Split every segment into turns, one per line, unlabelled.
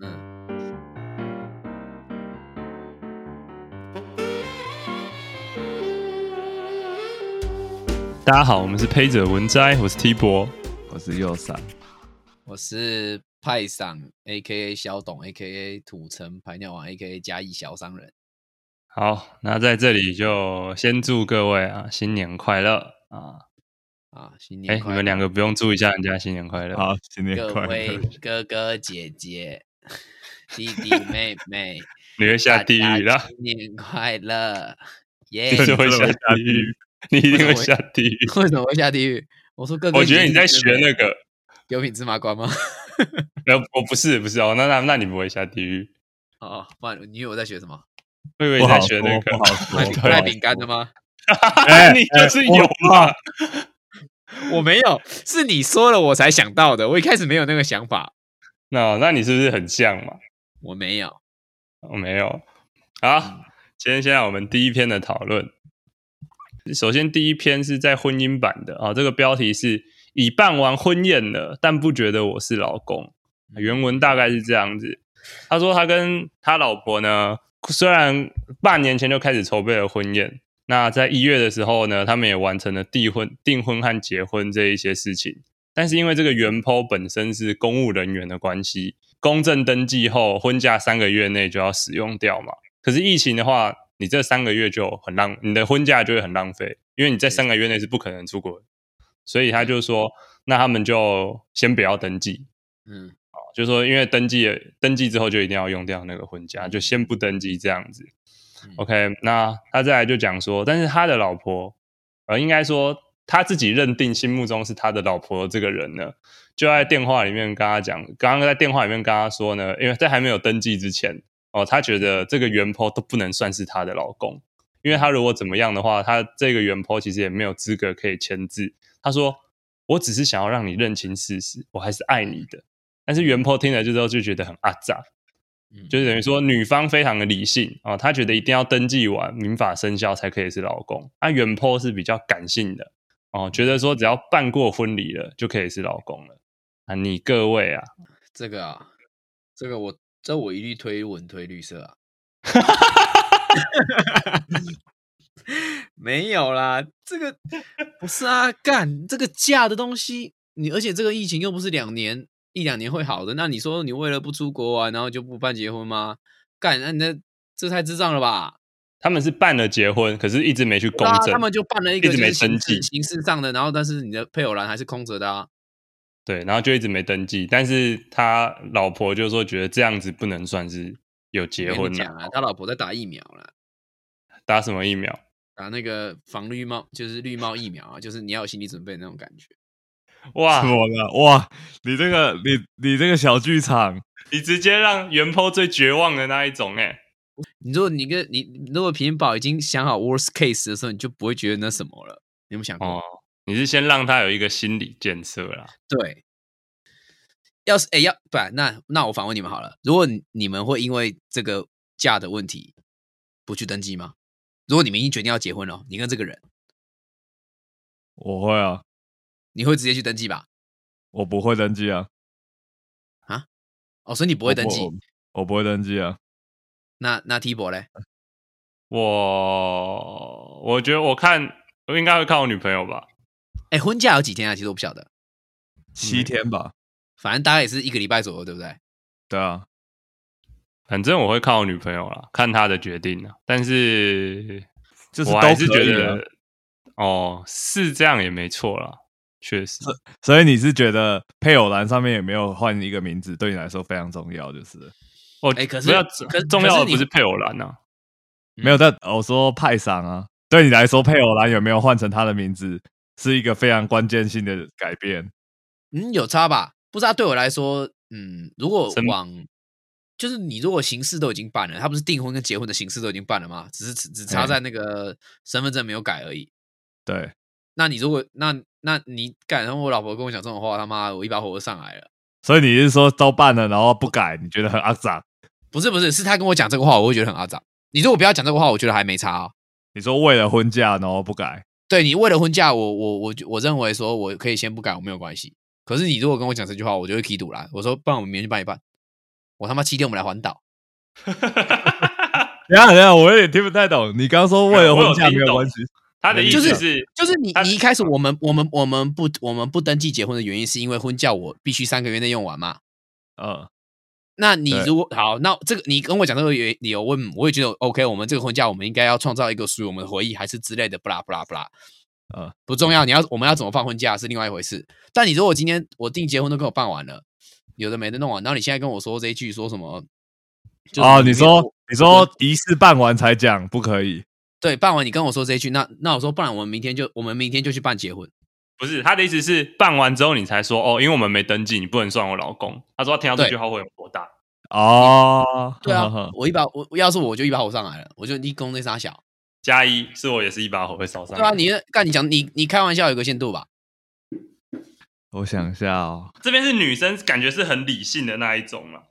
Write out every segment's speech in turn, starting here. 嗯
大家好，我们是胚者文摘，我是 T 博，
我是右闪，
我是派赏 A K A 小董 A K A 土城排尿王 A K A 嘉义小商人。
好，那在这里就先祝各位啊新年快乐啊！
啊，新
哎、
年快
你
乐！
们两个不用祝一下人家新年快乐，
好，新年
各
快
位
乐！
哥哥姐姐、弟弟妹妹，
你会下地狱
大家！
啦
新年快乐！耶、
就是会
哎
下地狱，你一定会下地狱。
为什么会下地狱？我说哥哥
我
姐
觉
姐，
得你在学那个，
九品芝麻官吗？
呃，我不是不是哦，那那那你不会下地狱，
哦，不然你以为我在学什么？
我以为
不
你
好
在
说
学那
不
个，
好 说
卖
对
饼
啊
卖饼干的吗？
哎
你就是有嘛？
我没有，是你说了我才想到的。我一开始没有那个想法，
那那你是不是很像嘛？
我没有。
我哦没有。好，今天先让我们第一篇的讨论。首先，第一篇是在婚姻版的啊，这个标题是“已办完婚宴了，但不觉得我是老公”。原文大概是这样子。他说他跟他老婆呢，虽然半年前就开始筹备了婚宴，那在一月的时候呢，他们也完成了订婚、订婚和结婚这一些事情。但是因为这个原 po 本身是公务人员的关系，公证登记后，婚假三个月内就要使用掉嘛。可是疫情的话，你这三个月就很浪，你的婚假就会很浪费，因为你在三个月内是不可能出国的。所以他就说，那他们就先不要登记，
嗯
就说因为登记了登记之后就一定要用掉那个婚假，就先不登记这样子
嗯。
OK，那他再来就讲说，但是他的老婆，呃，应该说他自己认定心目中是他的老婆这个人呢，就在电话里面跟他讲，刚刚在电话里面跟他说呢，因为在还没有登记之前，哦，他觉得这个原 po 都不能算是他的老公，因为他如果怎么样的话，他这个原 po 其实也没有资格可以签字。他说：“我只是想要让你认清事实，我还是爱你的。”但是原 po 听了之后就觉得很阿杂，
嗯，
就是等于说女方非常的理性啊、哦，她觉得一定要登记完民法生效才可以是老公。那、原 po 是比较感性的哦，觉得说只要办过婚礼了就可以是老公了啊。你各位啊，
这个啊，这个我这我一律推文推绿色啊， 没有啦，这个不是啊，干这个假的东西，你而且这个疫情又不是两年一两年会好的，那你说你为了不出国啊，然后就不办结婚吗？干，那你那这太智障了吧？
他们是办了结婚，可是一直没去公
对啊
证，
他们就办了一
一
个
直
就
没
是形
登
式
记
形式上的，然后但是你的配偶栏还是空着的啊，
对，然后就一直没登记。但是他老婆就说觉得这样子不能算是有结
我跟
婚
你
了、
讲啊，他老婆在打疫苗了。
打什么疫苗？
打那个防绿帽，就是绿帽疫苗啊，就是你要有心理准备那种感觉。
哇，
错了哇！你这个你你这个小剧场，
你直接让原 po 最绝望的那一种哎、
你如果你跟你你如果平保已经想好 worst case 的时候，你就不会觉得那什么了。你有没有想过？
哦，你是先让他有一个心理建设啦。
对，要是哎、要不然那那我反问你们好了，如果你你们会因为这个价的问题不去登记吗？如果你们已经决定要结婚了，你跟这个人，
我会啊，
你会直接去登记吧？
我不会登记啊，
哦，所以你不
不
会登记。嗯
我我不会登记啊。
那那 T 博嘞？
我我觉得我看我应该会看我女朋友吧，
哎、婚假有几天啊？其实我不晓得，
七天吧，
反正大概也是一个礼拜左右，对不对？
对啊，
反正我会看我女朋友啦，看她的决定啦。但是
就是
我
都
还是
可
觉
以啊
得，哦，是这样也没错啦，确实。
所以你是觉得配偶栏上面有没有换一个名字，对你来说非常重要，就是
我
哎可是
不要
可是
重要的
可是你
不是配偶栏呐、啊，
没有但我说派赏啊，对你来说配偶栏有没有换成他的名字，是一个非常关键性的改变。
嗯，有差吧？不知道对我来说，嗯，如果
什么
往就是你如果形式都已经办了，他不是订婚跟结婚的形式都已经办了吗？只是只只差
哎
在那个身份证没有改而已。
对，
那你如果那那你敢让我老婆跟我讲这种话，他妈我一把火就上来了。
所以你是说都办了，然后不改，你觉得很肮脏？
不是不是，是他跟我讲这个话，我会觉得很阿杂。你如果不要讲这个话，我觉得还没差、哦。
你说为了婚假然后不改，
对你为了婚假，我我我我认为说我可以先不改，我没有关系。可是你如果跟我讲这句话，我就会踢赌啦。我说，不然我们明天去办一办。我他妈七天我们来环岛。
等一下等一下，我有点听不太懂。你刚刚说为了婚假没有关系，
他的意
就
思
是
是
就是你
他
你一开始我们我们我们不我们不登记结婚的原因，是因为婚假我必须三个月内用完嘛？
嗯，
那你
对
如果好，那这个你跟我讲这个原理由，我也我也觉得 OK。我们这个婚假，我们应该要创造一个属于我们的回忆，还是之类的，不啦不啦不啦，
呃，
不重要。你要我们要怎么放婚假是另外一回事。但你如果今天我订结婚都跟我办完了，有的没的弄完，然后你现在跟我说这一句说什么？就是
哦，
里
你
面
说
我
你说仪式办完才讲不可以，
对，办完你跟我说这一句，那那我说不然我们明天就我们明天就去办结婚。
不是他的意思是办完之后你才说哦，因为我们没登记，你不能算我老公。他说他听到这
对
句话会有多大？
哦，
对啊
呵 呵，
我一把我我要是我就一把火上来了，我就立功那傻小。
加一是我也是一把火会烧伤。
对啊，你干你讲你你开玩笑有个限度吧？
我想一下哦，
这边是女生，感觉是很理性的那一种嘛。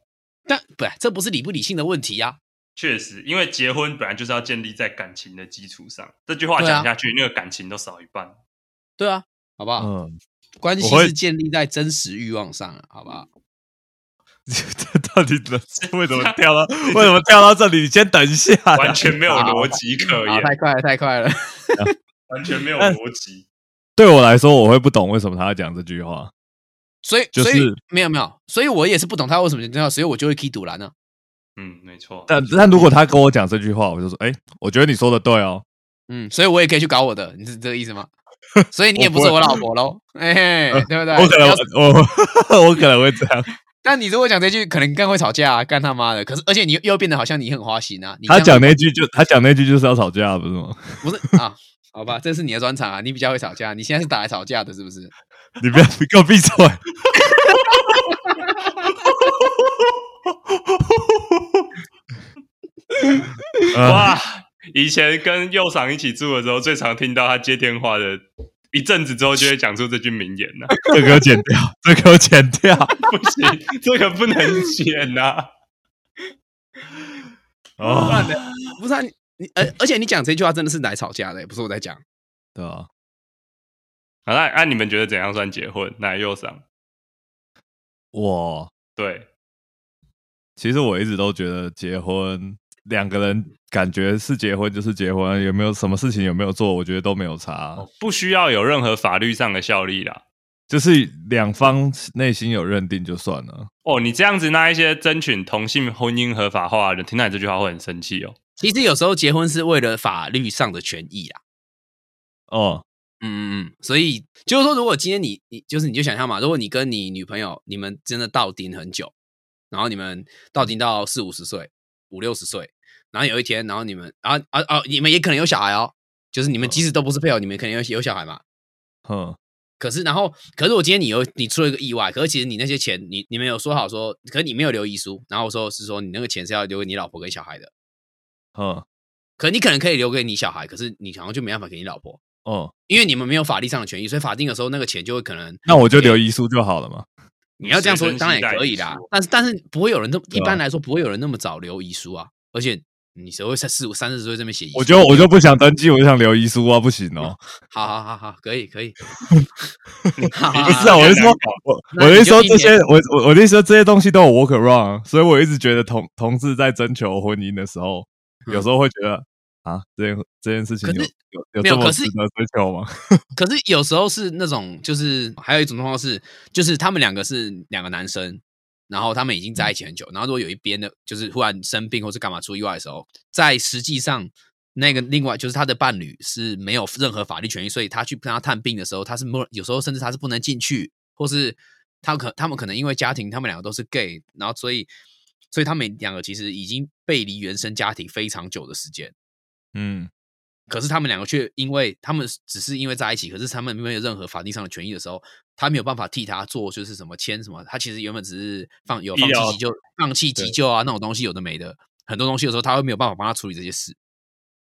但不这不是理不理性的问题呀、
确实，因为结婚本来就是要建立在感情的基础上。这句话讲下去，那个感情都少一半。
对啊，好不好？
嗯，
关系
我会
是建立在真实欲望上啊，好不好？
这到底怎为什么 跳到为什么跳到这里？你先等一下啦，
完全没有逻辑可
啊，
言，
太快了，太快了！
完全没有逻辑。
对我来说，我会不懂为什么他要讲这句话。
所以，
就是
所以没有没有，所以我也是不懂他为什么这样，所以我就会 key 赌蓝呢。
嗯，没错。
啊
但但如果他跟我讲这句话，我就说，哎、我觉得你说的对哦。
嗯，所以我也可以去搞我的，你是这个意思吗？所以你也
我
不
不会
是
呃
我老婆喽， 哎、嘿，对不对？
我可能
要
我 我可能会这样。
但你如果讲这句，可能更会吵架、啊，干他妈的！可是，而且你又又变得好像你很花心啊。你这
他
样
讲那句就他讲那句就是要吵架，不是吗？
不是啊？好吧，这是你的专长啊，你比较会吵架，你现在是打来吵架的，是不是？
你不要你给我闭嘴！ 哇，
哇，以前跟右赏一起住的时候，最常听到他接电话的，一阵子之后就会讲出这句名言呢、
这给我剪掉，这给我剪 掉。
不行，这个不能剪啊呐、
哦，
不是啊，你你而而且你讲这句话真的是来吵架的，不是我在讲。
对啊，
好那那、你们觉得怎样算结婚？哪右赏？
我
对，
其实我一直都觉得结婚两个人感觉是结婚就是结婚，有没有什么事情有没有做，我觉得都没有差，
不需要有任何法律上的效力啦。
就是两方内心有认定就算了。
哦，你这样子，那一些争取同性婚姻合法化的人，听到你这句话会很生气哦。
其实有时候结婚是为了法律上的权益啊。
哦，
嗯嗯嗯，所以就是说，如果今天你你就是你就想象嘛，如果你跟你女朋友你们真的到顶很久，然后你们到顶到四五十岁、五六十岁，然后有一天，然后你们啊啊啊，你们也可能有小孩哦，就是你们即使都不是配偶，你们可能有有小孩嘛。
哼，
可是，然后，可是我今天你有你出了一个意外，可是其实你那些钱，你你们有说好说，可是你没有留遗书，然后我说是说你那个钱是要留给你老婆跟小孩的，
哼，
可你可能可以留给你小孩，可是你好像就没办法给你老婆，
哦，
因为你们没有法律上的权益，所以法定的时候那个钱就会可能
那我就留遗书就好了嘛。
你要这样说
随身
当然
携
也
带
可以
遗
啦
书，
但是但是不会有人这么一
对啊
般来说不会有人那么早留遗书啊，而且你谁会在四五三十岁这边写遗书？
我就我就不想登记，我就想留遗书啊，不行哦。
好好好好，可以可 以，
不是啊，我是说，我
那
我
你
是
就
说
一
这
年
些，我我我的意思说这些东西都有 work around，所以我一直觉得同同志在征求婚姻的时候，
嗯
有时候会觉得啊，这件这件事情
可
有
是
有有
没有
这么
可是
值得追求吗？
可是有时候是那种，就是还有一种状况是，就是他们两个是两个男生，然后他们已经在一起很久，然后如果有一边的，就是忽然生病或是干嘛出意外的时候，在实际上那个另外就是他的伴侣是没有任何法律权益，所以他去跟他探病的时候，他是没有有时候甚至他是不能进去，或是他可他们可能因为家庭，他们两个都是 gay，然后所以所以他们两个其实已经背离原生家庭非常久的时间。
嗯，
可是他们两个却因为他们只是因为在一起，可是他们没有任何法定上的权益的时候，他没有办法替他做，就是什么签什么，他其实原本只是放有
医
放
疗
弃急救、放弃急救啊那种东西，有的没的，很多东西有时候他会没有办法帮他处理这些事。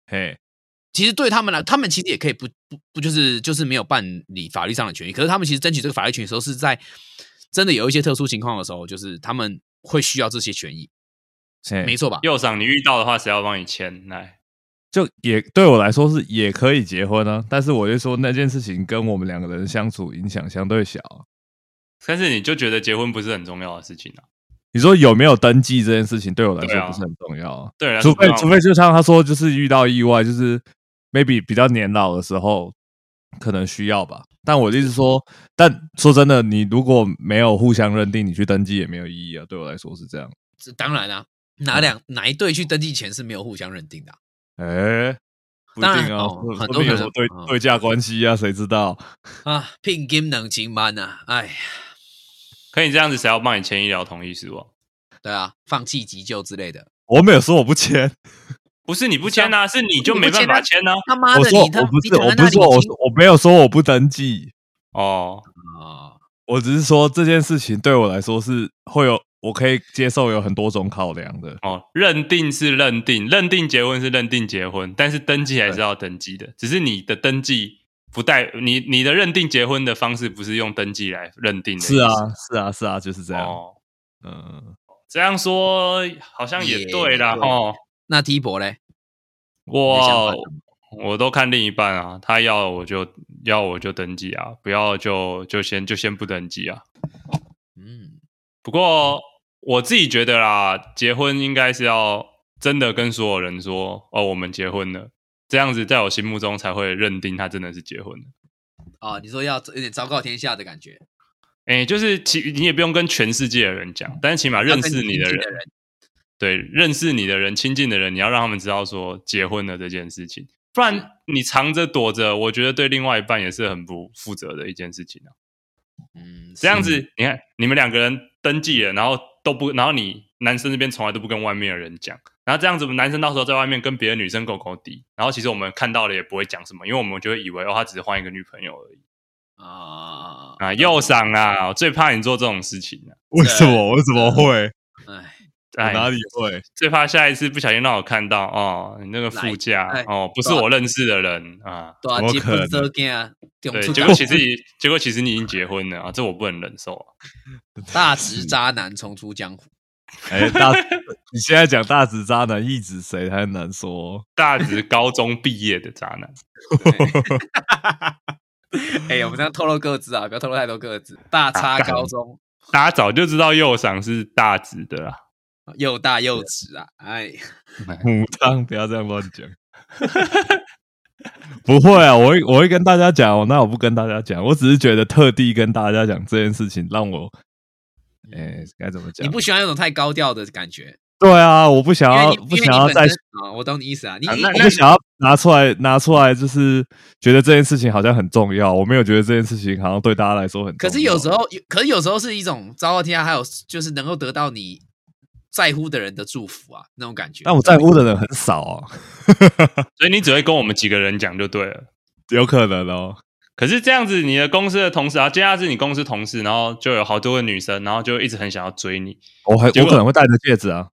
嘿，
其实对他们来，他们其实也可以不不不就是就是没有办理法律上的权益，可是他们其实争取这个法律权益的时候，是在真的有一些特殊情况的时候，就是他们会需要这些权益，
嘿
没错吧？
右赏你遇到的话，谁要帮你签？来，
就也对我来说是也可以结婚啊，但是我就说那件事情跟我们两个人相处影响相对小啊、
但是你就觉得结婚不是很重要的事情啊？
你说有没有登记这件事情对我来
对
说
啊
不是很重要啊、
对，
除
那是不
非
让
除非就像他说，就是遇到意外，就是 maybe 比较年老的时候可能需要吧。但我的意思说，但说真的，你如果没有互相认定，你去登记也没有意义啊。对我来说是这样。
这当然啊，
嗯
哪两哪一队去登记前是没有互相认定的啊、
哎、不一
当然
定啊，
哦
说
很
说
多
不定有
可
什么
能
对
嗯
对价关系啊，谁知道？
啊，聘金能金班呐、啊，哎呀，
可以这样子，谁要帮你签医疗同意书哦？
对啊，放弃急救之类的。
我没有说我不签，
不是你不签啊，是你就
你
没
不签
办
啊
法签啊。
他妈
我
的，
说
你他
我不
你
是，
躺
我
在
不
那里
是说我
已经
说我没有说我不登记，
哦，
啊，
我只是说这件事情对我来说是会有，我可以接受有很多种考量的。
哦，认定是认定，认定结婚是认定结婚，但是登记还是要登记的，只是你的登记不带你你的认定结婚的方式不是用登记来认定的，
是啊，，是啊，是啊，就是这样。
哦，
嗯，
这样说好像也
也
对啦，
对
哦，
那 T 博嘞？你的想法
哇
是什，
我都看另一半啊，他要我就要我就登记啊，不要就就先就先不登记啊。
嗯，
不过我自己觉得啦，结婚应该是要真的跟所有人说哦，我们结婚了，这样子在我心目中才会认定他真的是结婚了。
哦，你说要有点昭告天下的感觉，
哎，就是其你也不用跟全世界的人讲，但是起码
要
认
跟
识你
亲
的
近
人，对，认识你的人、亲近的人，你要让他们知道说结婚了这件事情，不
是
然你藏着躲着，我觉得对另外一半也是很不负责的一件事情啊。
嗯，
这样
是
子，你看你们两个人登记了，然后都不，然后你男生这边从来都不跟外面的人讲，然后这样子，男生到时候在外面跟别的女生狗狗滴，然后其实我们看到了也不会讲什么，因为我们就会以为哦，他只是换一个女朋友而已
啊，
啊，又赏啊，我最怕你做这种事情了、
为什么？为什么会？
哎，
我
哎，
哪里会？
最怕下一次不小心让我看到哦，你那个副驾
来哎
哦，不是我认识的人啊，
对
怎
啊，
么
结
可
婚
能
这件啊，中
对，
出
结
大
果其实你，结果其实你已经结婚了啊，这我不能忍受啊。
大
嗯
直渣男重出江湖，
哎、大，你现在讲大直渣男，一指谁还难说、
大直高中毕业的渣男，
哎、我们这样透露各自啊，不要透露太多各自。大差
干
高中，
大家早就知道右赏是大直的啦。
又大又直啊，哎，
母汤，不要这样乱讲。 不会啊，我会我会跟大家讲，那我不跟大家讲，我只是觉得特地跟大家讲这件事情，让我，哎、该怎么
嗯
讲？
你不喜欢那种太高调的感觉，
对啊，我不想
因为
要，
你
不
因为
想
你
要
本
再，
身啊，我懂你意思啊，你、
啊
你
那
我不想要拿出来拿出来，就是觉得这件事情好像很重要，我没有觉得这件事情好像对大家来说很重
可
要。
是有时候，有可是有时候是一种昭告天下，还有就是能够得到你在乎的人的祝福啊，那种感觉。
但我在乎的人很少啊，
所以你只会跟我们几个人讲就对了。
有可能哦。
可是这样子，你的公司的同事啊，接下来是你公司同事，然后就有好多个女生，然后就一直很想要追你。
我还
结
我
果
可能会戴着戒指啊，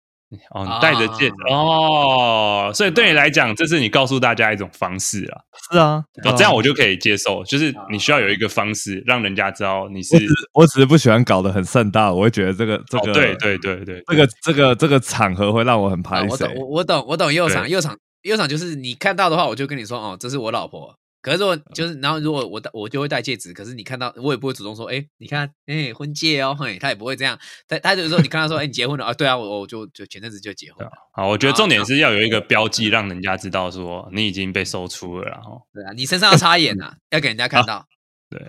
哦，
啊
你戴着戒指、哦，所以对你来讲，这是你告诉大家一种方式啊。
是啊，对
哦
啊，
这样我就可以接受，就是你需要有一个方式让人家知道你是
我只。是我只是不喜欢搞得很盛大，我会觉得这个这
哦
个、
对对对对，
这个这个这个场合会让我很
啊
排
我
斥、
懂，我我懂，我懂右场，
对
右场，右场就是你看到的话，我就跟你说哦，这是我老婆。可是如果就是，然后如果我戴我就会戴戒指，可是你看到我也不会主动说，哎、你看，哎、婚戒哦，嘿，他也不会这样，他他就是说，你看他说，哎、你结婚了啊？对啊，我我就就前阵子就结婚了，
好，我觉得重点是要有一个标记，让人家知道说你已经被搜出了啦，然哦后
对啊，你身上要插眼啊，要给人家看到，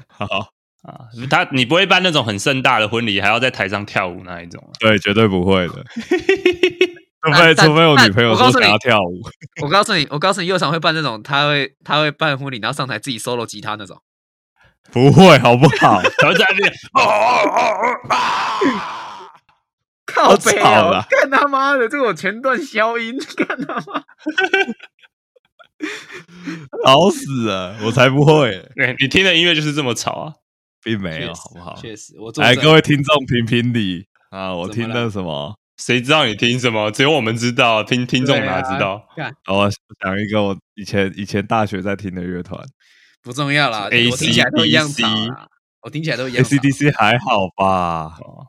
好，
啊，他你不会办那种很盛大的婚礼，还要在台上跳舞那一种啊。
对，绝对不 会的。除
但
非
但
除非我女朋
但
友
我告
说
诉
想
你
要跳舞，
我告诉你，我告诉你，右场会办那种，他会他会办婚礼，然后上台自己 solo 吉他那种。
不会好不好？
然后在那边哦哦哦哦啊！
靠
好
北
吵
啊！
啦
干他妈的，这个我全段消音，干他妈！
吵死了，我才不会，
对哎你听的音乐就是这么吵啊！
并没有
确实
好不好？
确实，我
来，各
位
位听众评评理啊！我
怎么
听
了
了什么？
谁知道你听什么？只有我们知道，听听众哪知道？
我讲啊一个我以前以前大学在听的乐团
不重要啦，
A
我听起来都一样
C
吵啦，我听起来都一样吵。
，ACDC 还好吧？
哦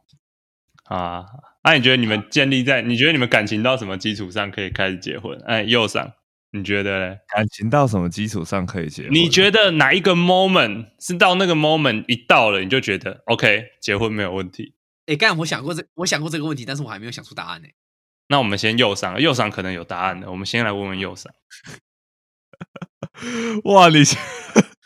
啊？那、你觉得你们建立在你觉得你们感情到什么基础上可以开始结婚？哎，右上，你觉得嘞？
感情到什么基础上可以结婚？
你觉得哪一个 moment 是到那个 moment 一到了，你就觉得 OK 结婚没有问题？
哎，干，我想过这，我想过这个问题，但是我还没有想出答案呢。
那我们先右上，右上可能有答案的，我们先来问问右上。
哇，你现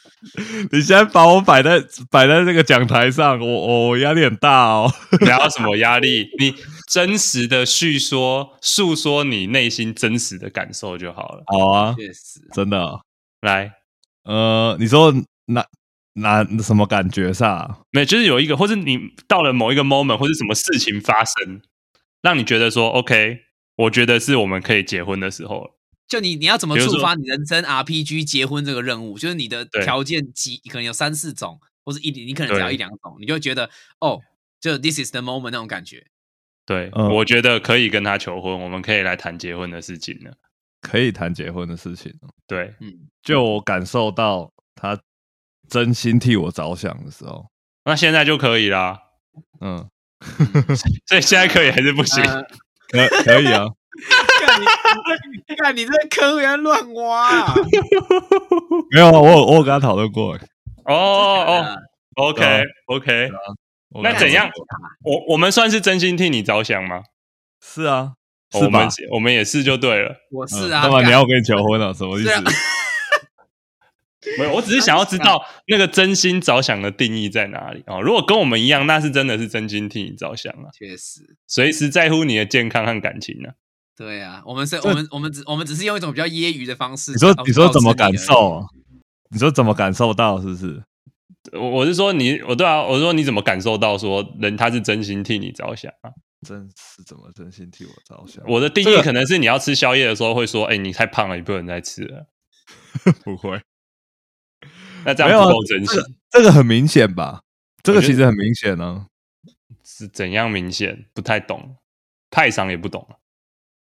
你现在把我摆在摆在这个讲台上，我我我压力很大哦。
哪有什么压力？你真实的叙说、诉说你内心真实的感受就好了。
好啊，
确实，
真的哦、
来，
呃，你说哪哪什么感觉上？
没有，就是有一个，或是你到了某一个 moment，或是什么事情发生，让你觉得说 OK，我觉得是我们可以结婚的时候了。
就你你要怎么
比如
触
说
发你人生 RPG 结婚这个任务？就是你的
对
条件几可能有三四种，或者一你可能只要
对
一两种，你就会觉得哦，就 this is the moment 那种感觉。
对，
嗯
我觉得可以跟他求婚，我们可以来谈结婚的事情了。
可以谈结婚的事情，
对，
嗯，
就我感受到他真心替我着想的时候，
那现在就可以啦。
嗯，
所以现在可以还是不行？
呃
可可以啊，
干你 你这干你这坑人乱挖啊，
没有啊，我有我有跟他讨论过，欸
哦哦
啊
对啊
，OK OK，
我
那
跟他讨论过
怎样？
啊
我我们算是真心替你着想吗？
是啊，
我
是吧
们？我们也是就对了。
我
嗯
是啊，
干嘛
干
你要我跟你求婚啊？什么意
是
思
啊？
没有，我只是啊想要知道那个真心着想的定义在哪里啊、哦？如果跟我们一样，那是真的是真心替你着想啊，
确实，
随时在乎你的健康和感情啊。
对啊，我们是，我们我们只我们只是用一种比较揶揄的方式。
你说
告
你说
告知
怎么
你而
感
已
受啊？你说怎么感受到？是不是？
我我是说你，我对啊，我是说你怎么感受到说人他是真心替你着想啊？
真是怎么真心替我着想？
我的定
这
义
个
可能是你要吃宵夜的时候会说，哎、你太胖了，你不能再吃了。
不会，
那这样
没有啊
不够真
这
心
个， 这个很明显吧？这个
我觉得
其实很明显啊呢、
是怎样明显？不太懂，派上也不懂。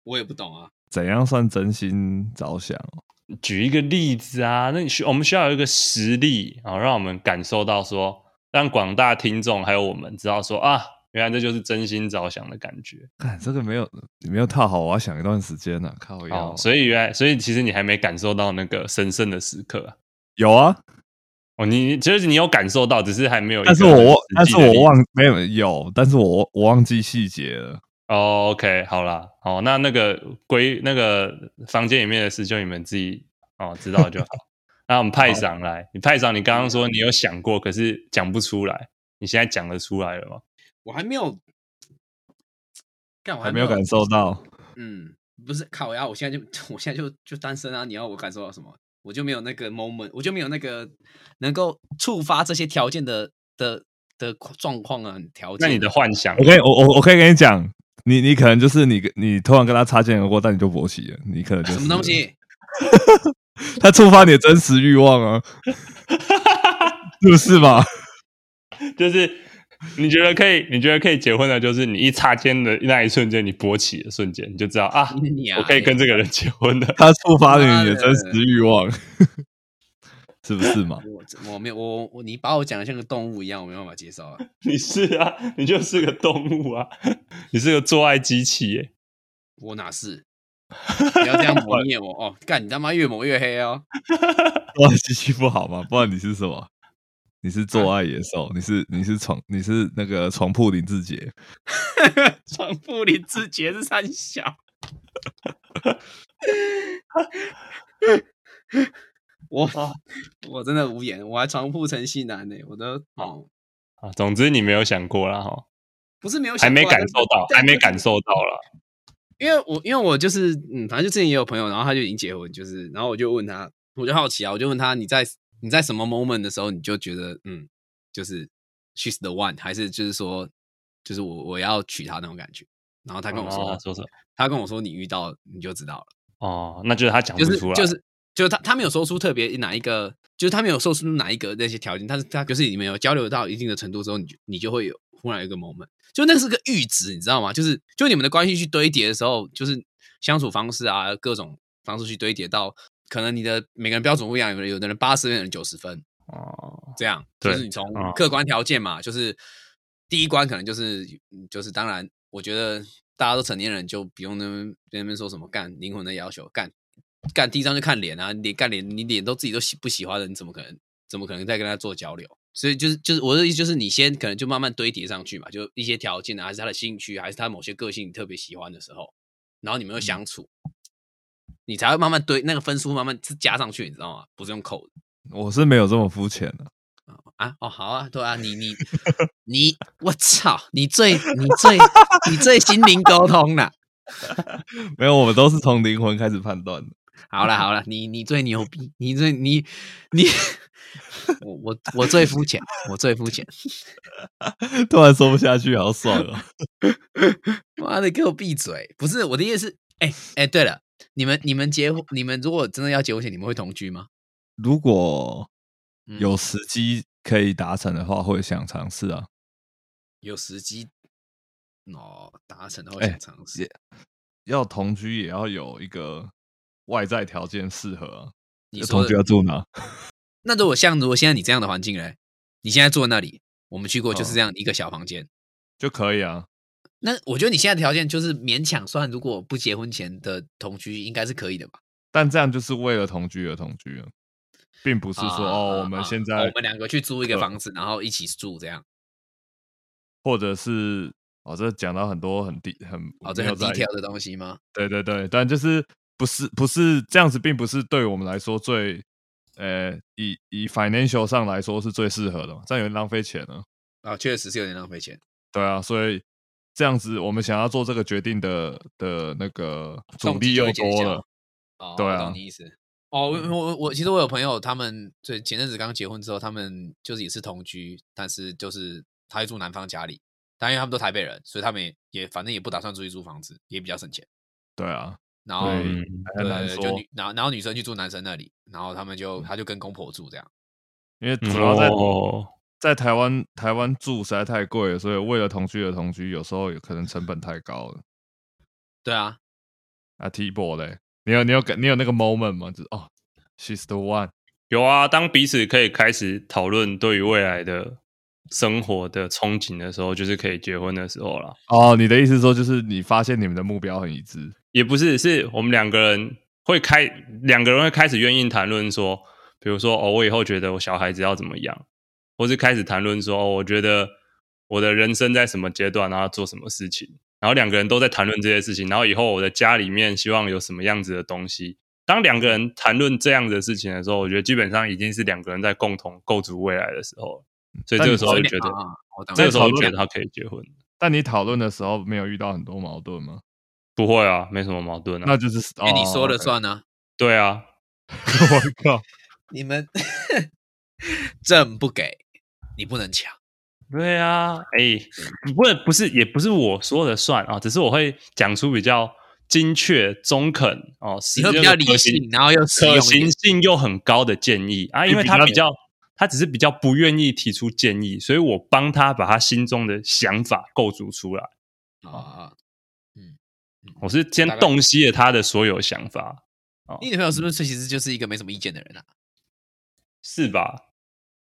我也不懂啊。
怎样算真心着想？哦
举一个例子啊，那你需我们需要有一个实例啊，让我们感受到说，让广大听众还有我们知道说啊，原来这就是真心着想的感觉
看这个没有你没有套好，我要想一段时间呢、靠腰、啊
哦。所以原来，所以其实你还没感受到那个神圣的时刻啊、
有啊，
哦，你就是你有感受到，只是还没有一个
但
实
是
际的例子。
我忘，但是我忘没有有，但是我我忘记细节了。
哦，OK，好啦，哦，那那个归那个房间里面的事，就你们自己哦知道就好。那我们派上来，你派上，你刚刚说你有想过，可是讲不出来，你现在讲得出来了吗？
我还没有，干我
还没
没
有感受到，
嗯，不是烤鸭，我现在就我现在就就单身啊！你要我感受到什么？我就没有那个 moment，我就没有那个能够触发这些条件的的的状况啊，条
那
件。
你的幻想
我可以，我我我可以跟你讲，你你可能就是你你突然跟他擦肩而过，但你就勃起了，你可能就是
什么东？西？
他触发你的真实欲望啊，是不是嘛？
就是你觉得可以，你觉得可以结婚的，就是你一擦肩的那一瞬间，你勃起的瞬间，你就知道啊，
你啊，
我可以跟这个人结婚的。
他触发了你的真实欲望， 是不是嘛？
我我没有我我你把我讲的像个动物一样，我没办法接受啊！
你是啊，你就是个动物啊， 你是个做爱机器耶、
我哪是？不要这 样磨灭我哦！干你他妈越磨越黑 哦！
哇，机器不好吗？不然你是什么？你是做爱野兽，你是你是床你是那个床铺林志杰，
床铺林志杰是三小。我
啊
我真的无言，我还床铺陈系男呢、我都哦，
啊。总之你没有想过啦哦哈，
不是没有想
还没
过啊
感受到，还没感，受到啦。
但是但是因为我因为我就是嗯，反正就之前也有朋友，然后他就已经结婚，就是然后我就问他，我就好奇啊，我就问他你在你在什么 moment 的时候你就觉得嗯，就是 she's the one，还是就是说就是我我要娶她那种感觉，然后他
他
跟我说、
哦说什么？
他跟我说你遇到你就知道了。
哦，那就是他讲不
就是
出来，
就是就是他他没有说出特别哪一个，就是他没有说出哪一个那些条件，但是他就是你们有交流到一定的程度之后，你就你就会有忽然有一个 moment，就那是个阈值，你知道吗？就是就你们的关系去堆叠的时候，就是相处方式啊，各种方式去堆叠到。可能你的每个人标准不一样，有的人有的人八十分，有的人九十分，
哦，
这样就是
对
你从
嗯
客观条件嘛，就是第一关可能就是嗯就是当然，我觉得大家都成年人就不用那边那边说什么干灵魂的要求，干干第一张就看脸啊，脸干脸你脸都自己都喜不喜欢了，你怎么可能怎么可能再跟他做交流？所以就是就是我的意思就是你先可能就慢慢堆叠上去嘛，就一些条件啊，
嗯
还是他的兴趣，还是他某些个性你特别喜欢的时候，然后你们又相处，你才会慢慢堆那个分数，慢慢是加上去，你知道吗？不是用扣的
我是没有这么肤浅的。
啊。哦，好啊，对啊，你你你，我操，你最你最你最心灵沟通了。
没有，我们都是从灵魂开始判断的。
好了好了，你你最牛逼，你最你你，我我我最肤浅，我最肤浅。
突然说不下去，好爽哦！
妈的，给我闭嘴！不是我的意思是，哎、哎、对了，你们你们结婚，你们如果真的要结婚前，你们会同居吗？
如果
嗯
有时机可以达成的话，会想尝试啊。
有时机哦，达成后
哎
想尝试。
也要同居也要有一个外在条件适合、啊。
你
要
说
同居
的
要住哪？
那如果像如果现在你这样的环境嘞，你现在坐那里，我们去过就是
哦
这样一个小房间。
就可以啊。
那我觉得你现在的条件就是勉强算，如果不结婚前的同居应该是可以的吧？
但这样就是为了同居而同居了，并不是说、
啊
哦，
啊
我们
啊
现
哦
在
我们两个去租一个
呃
房子，然后一起住这样。
或者是哦，这讲到很多很低很
哦，这
没有
很低
在
调的东西吗？
对对对，但就是不是不是这样子，并不是对我们来说最呃以以 financial 上来说是最适合的嘛，这样有点浪费钱了、
啊，确实是有点浪费钱。
对啊，所以这样子我们想要做这个决定的的那个阻
动机
力
就
又
会减
多
小
了。
哦，
对
我
啊嗯
懂你意思。哦，我我我其实我有朋友，他们最前阵子刚结婚之后，他们就是也是同居，但是就是他会住男方家里，但因为他们都台北人，所以他们也也反正也不打算出去租房子，也比较省钱。
对啊，
然后
对，
嗯
还很
对
难
对
说嗯
对，就女然后然后女生去住男生那里，然后他们就他就跟公婆住这样。
因为
嗯
主要在、
哦
在台湾台湾住实在太贵了，所以为了同居而同居，有时候有可能成本太高了。
对啊，
啊 t b o 嘞，你有你有你有那个 moment 吗？就是哦，she's the one。
有啊，当彼此可以开始讨论对于未来的生活的憧憬的时候，就是可以结婚的时候了。
哦，你的意思是说就是你发现你们的目标很一致，
也不是，是我们两个人会开，两个人会开始愿意谈论说，比如说哦，我以后觉得我小孩子要怎么养，或是开始谈论说，哦，我觉得我的人生在什么阶段，然后要做什么事情，然后两个人都在谈论这些事情，然后以后我的家里面希望有什么样子的东西。当两个人谈论这样的事情的时候，我觉得基本上已经是两个人在共同构筑未来的时候了，所以
但
这
你
个时候
所
就
以你
觉得，
啊，我懂
这个
了
时候
在讨
就觉
论
得他可以结婚，
但你讨论的时候没有遇到很多矛盾吗？
不会啊，没什么矛盾
那
啊，
就是
因为你说了
的。
算啊。
对啊，
我靠，，
你们朕不给，你不能抢。
对啊，哎、不是不是，也不是我说的算啊，只是我会讲出比较精确、中肯哦，
你会比较理性，然后又实用
可
一
行
点。
性又很高的建议啊，因为他比较，他只是比较不愿意提出建议，所以我帮他把他心中的想法构筑出来。
啊，
我是先
大概
洞悉了他的所有想法，
你女朋友是不
嗯
是其实就是一个没什么意见的人啊？
是吧？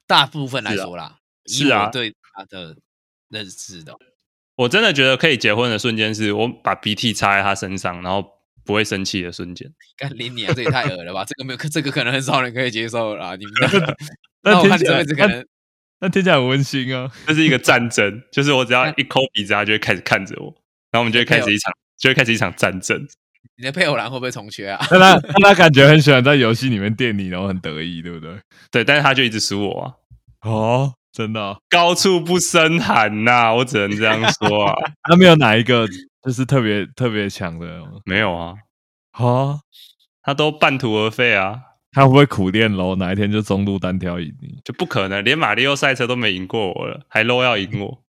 大部分来
是啊
说啦，以
是啊
我对她的认识的，
我真的觉得可以结婚的瞬间，是我把鼻涕擦在他身上，然后不会生气的瞬间。
干林你啊，这也太恶了吧？这个没有，这个可能很少人可以接受啦。 你们 那
那
我看你
听起
这
来
辈子可
那
能
那听起来很温 馨啊。
这是一个战争，就是我只要一抠鼻子，他就会开始看着我，然后我们就会开始一场，就会开始一场战争。
你的配偶栏会不会重缺啊？
那他那他感觉很喜欢在游戏里面电你，然后很得意，对不对？
对，但是他就一直输我啊，
哦，真的、
高处不胜寒呐、我只能这样说啊。
那没有哪一个就是特别特别强的吗
没有啊，
哦，
他都半途而废啊，
他会不会苦练喽？哪一天就中路单挑赢你？
就不可能，连马里奥赛车都没赢过我了，还 low 要赢我。
哦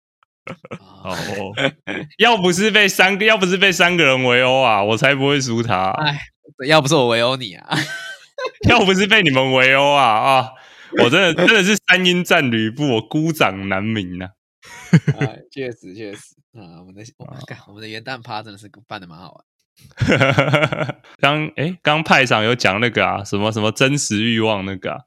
啊，
哦，
要不是被三个，要不是被三个人围殴啊，我才不会输他啊、
哎要不是我围殴你啊，
要不是被你们围殴啊啊，我真的真的是三英战吕布，我孤掌难鸣啊。
哎确实确实啊，我们的我们干我们的元旦趴真的是办的蛮好玩。
刚哎，刚派上有讲那个啊，什么什么真实欲望那个啊，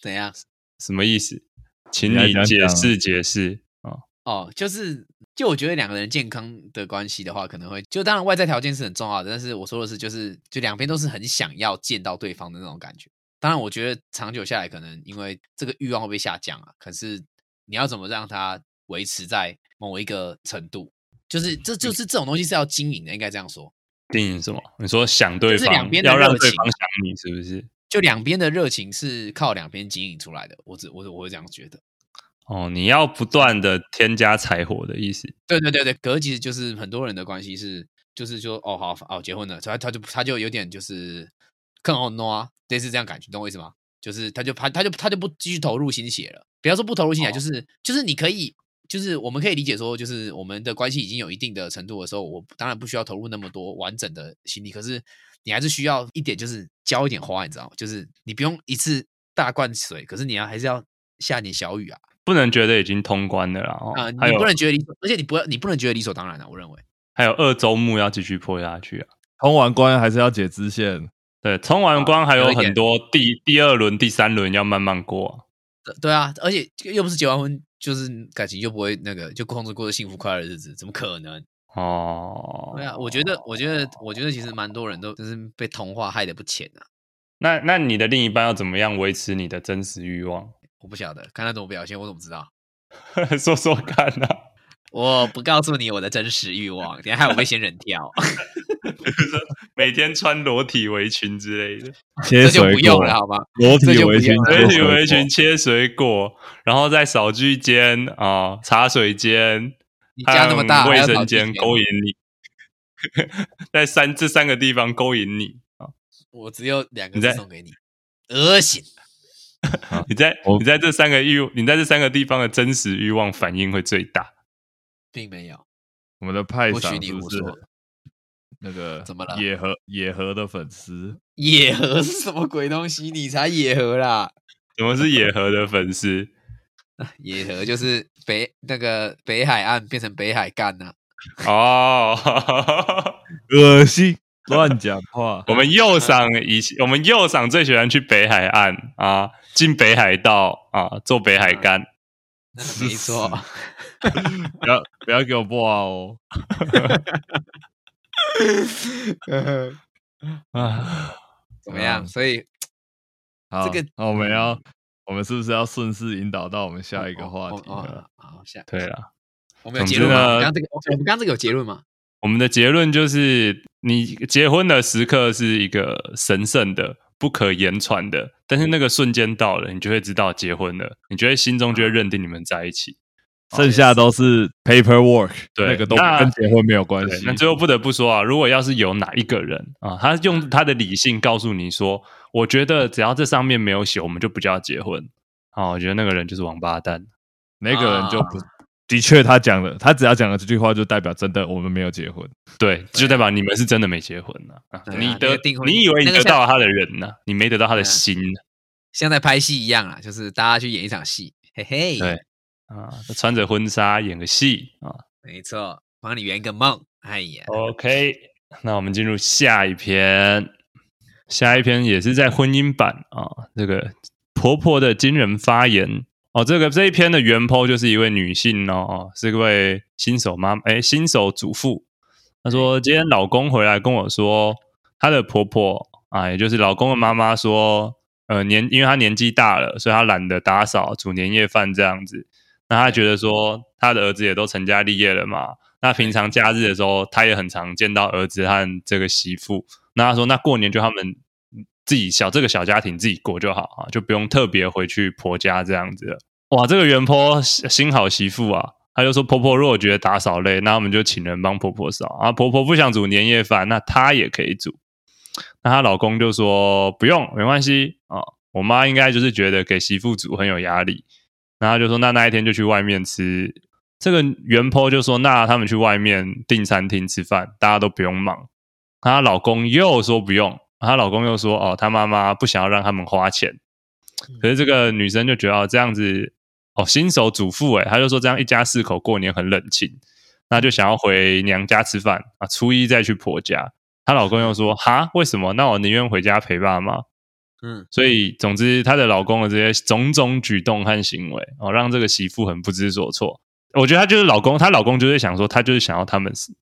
怎样？
什么意思？请
你来
你
讲
解
讲啊
释解释啊、哦
哦，就是就我觉得两个人健康的关系的话，可能会就当然外在条件是很重要的，但是我说的是就是就两边都是很想要见到对方的那种感觉。当然，我觉得长久下来，可能因为这个欲望会被下降啊。可是你要怎么让它维持在某一个程度？就是这就是这种东西是要经营的，应该这样说。
电影什么？你说想对
就是两
方，
边的
要让
热
对
情
方想你，是不是？
就两边的热情是靠两边经营出来的，我只我我是这样觉得。
哦，你要不断的添加柴火的意思。
对对对对，可是其实就是很多人的关系是，就是说哦好哦结婚了，所以他就他就有点就是更好弄啊，类似这样感觉，你懂我意思吗？就是他就他他就他就不继续投入心血了，不要说不投入心血，啊
哦
就是就是你可以。就是我们可以理解说，就是我们的关系已经有一定的程度的时候，我当然不需要投入那么多完整的心力，可是你还是需要一点，就是浇一点花，你知道吗？就是你不用一次大灌水，可是你要还是要下一点小雨啊。
不能觉得已经通关了啦。哦
啊、
还
你
有
不能觉得理所，而且你不要，你不能觉得理所当然啊！我认为，
还有二周目要继续破下去啊。
通完关还是要解支线，
对，冲完光还
啊有
有
一点
很多第第二轮、第三轮要慢慢过、啊。
对对啊，而且又不是结完婚，就是感情就不会那个，就控制过着幸福快乐的日子，怎么可能？
啊哦，
对啊，我觉得，我觉得，我觉得其实蛮多人都就是被童话害得不浅啊！
那那你的另一半要怎么样维持你的真实欲望？
我不晓得，看他怎么表现，我怎么知道？
说说看啊，
我不告诉你我的真实欲望，等一下害我被仙人跳，
每天穿裸体围裙之 类的，
切
这就
水
不用
果，
了好吗？
裸
这
体
就不
围裙，
用了
裸体围裙，切水果，然后在扫具间啊、茶水间、
你家那么大，还
和卫
要
生
跑去
间
洗
勾引你， 在三这三个地方勾引你。
我只有两个
你在
字送给你，恶心。啊
你在
我
你在这三个欲，你在这三个地方的真实欲望反应会最大。
并没有，
我们的派
不许
长
你
是
胡
不是
说。
那个
怎么了
野河野河的粉丝，
野河是什么鬼东西？你才野河啦！
什么是野河的粉丝？
野河就是北那个北海岸变成北海干呐、
哦，，
恶心，乱讲话
我们右赏以前我们右赏最喜欢去北海岸啊，进北海道啊，做北海干。
没错。
不要不要给我播啊哦。
啊，
怎么样？所以
好，
这个嗯
那我们要，我们是不是要顺势引导到我们下一个话题啊
哦哦
了？
哦好，下
对了，
我们有结
总之
论吗？我们
呢
刚刚这个，我们刚刚这个有结论吗？
我们的结论就是，你结婚的时刻是一个神圣的、不可言传的，但是那个瞬间到了，你就会知道结婚了，你就会心中就会认定你们在一起。
剩下都是 paperwork，
对
那个都
那
跟结婚没有关
对
系，。
那最后不得不说啊，如果要是有哪一个人啊，他用他的理性告诉你说，我觉得只要这上面没有写，我们就不叫结婚。啊，我觉得那个人就是王八蛋。
那个人就
啊
不，的确他讲了，他只要讲了这句话，就代表真的我们没有结婚。
对，就代表你们是真的没结婚呢、啊
对啊
你
那
得
个订婚
你以为你
那个
得
像
到了他的人呢、你没得到他的
对啊
心
像在拍戏一样啦，就是大家去演一场戏，嘿嘿，
对啊。穿着婚纱演个戏啊。
没错，帮你圆个梦。哎呀，
哦
OK，那我们进入下一篇，下一篇也是在婚姻版啊、这个婆婆的惊人发言哦，这个这一篇的原 po 就是一位女性哦哦，是一位新手妈，哎，新手主妇。她说今天老公回来跟我说，她的婆婆啊，也就是老公的妈妈说，呃年因为她年纪大了，所以她懒得打扫、煮年夜饭这样子。那她觉得说，她的儿子也都成家立业了嘛，那平常假日的时候，她也很常见到儿子和这个媳妇。那她说，那过年就他们自己小这个小家庭自己过就好啊，就不用特别回去婆家这样子了。哇，这个原坡新好媳妇啊，她就说婆婆如果觉得打扫累，那我们就请人帮婆婆扫啊。婆婆不想煮年夜饭，那她也可以煮。那她老公就说不用，没关系啊。我妈应该就是觉得给媳妇煮很有压力，然后她就说那那一天就去外面吃。这个原坡就说那他们去外面订餐厅吃饭，大家都不用忙。她老公又说不用，她老公又说哦，她妈妈不想要让他们花钱。可是这个女生就觉得哦，这样子哦，新手主妇诶，她就说这样一家四口过年很冷清，那就想要回娘家吃饭啊，初一再去婆家。她老公又说哈，为什么？那我宁愿回家陪爸妈。
嗯，
所以，总之，她的老公的这些种种举动和行为，哦，让这个媳妇很不知所措。我觉得她就是老公，她老公就是想说，她就是想要他们是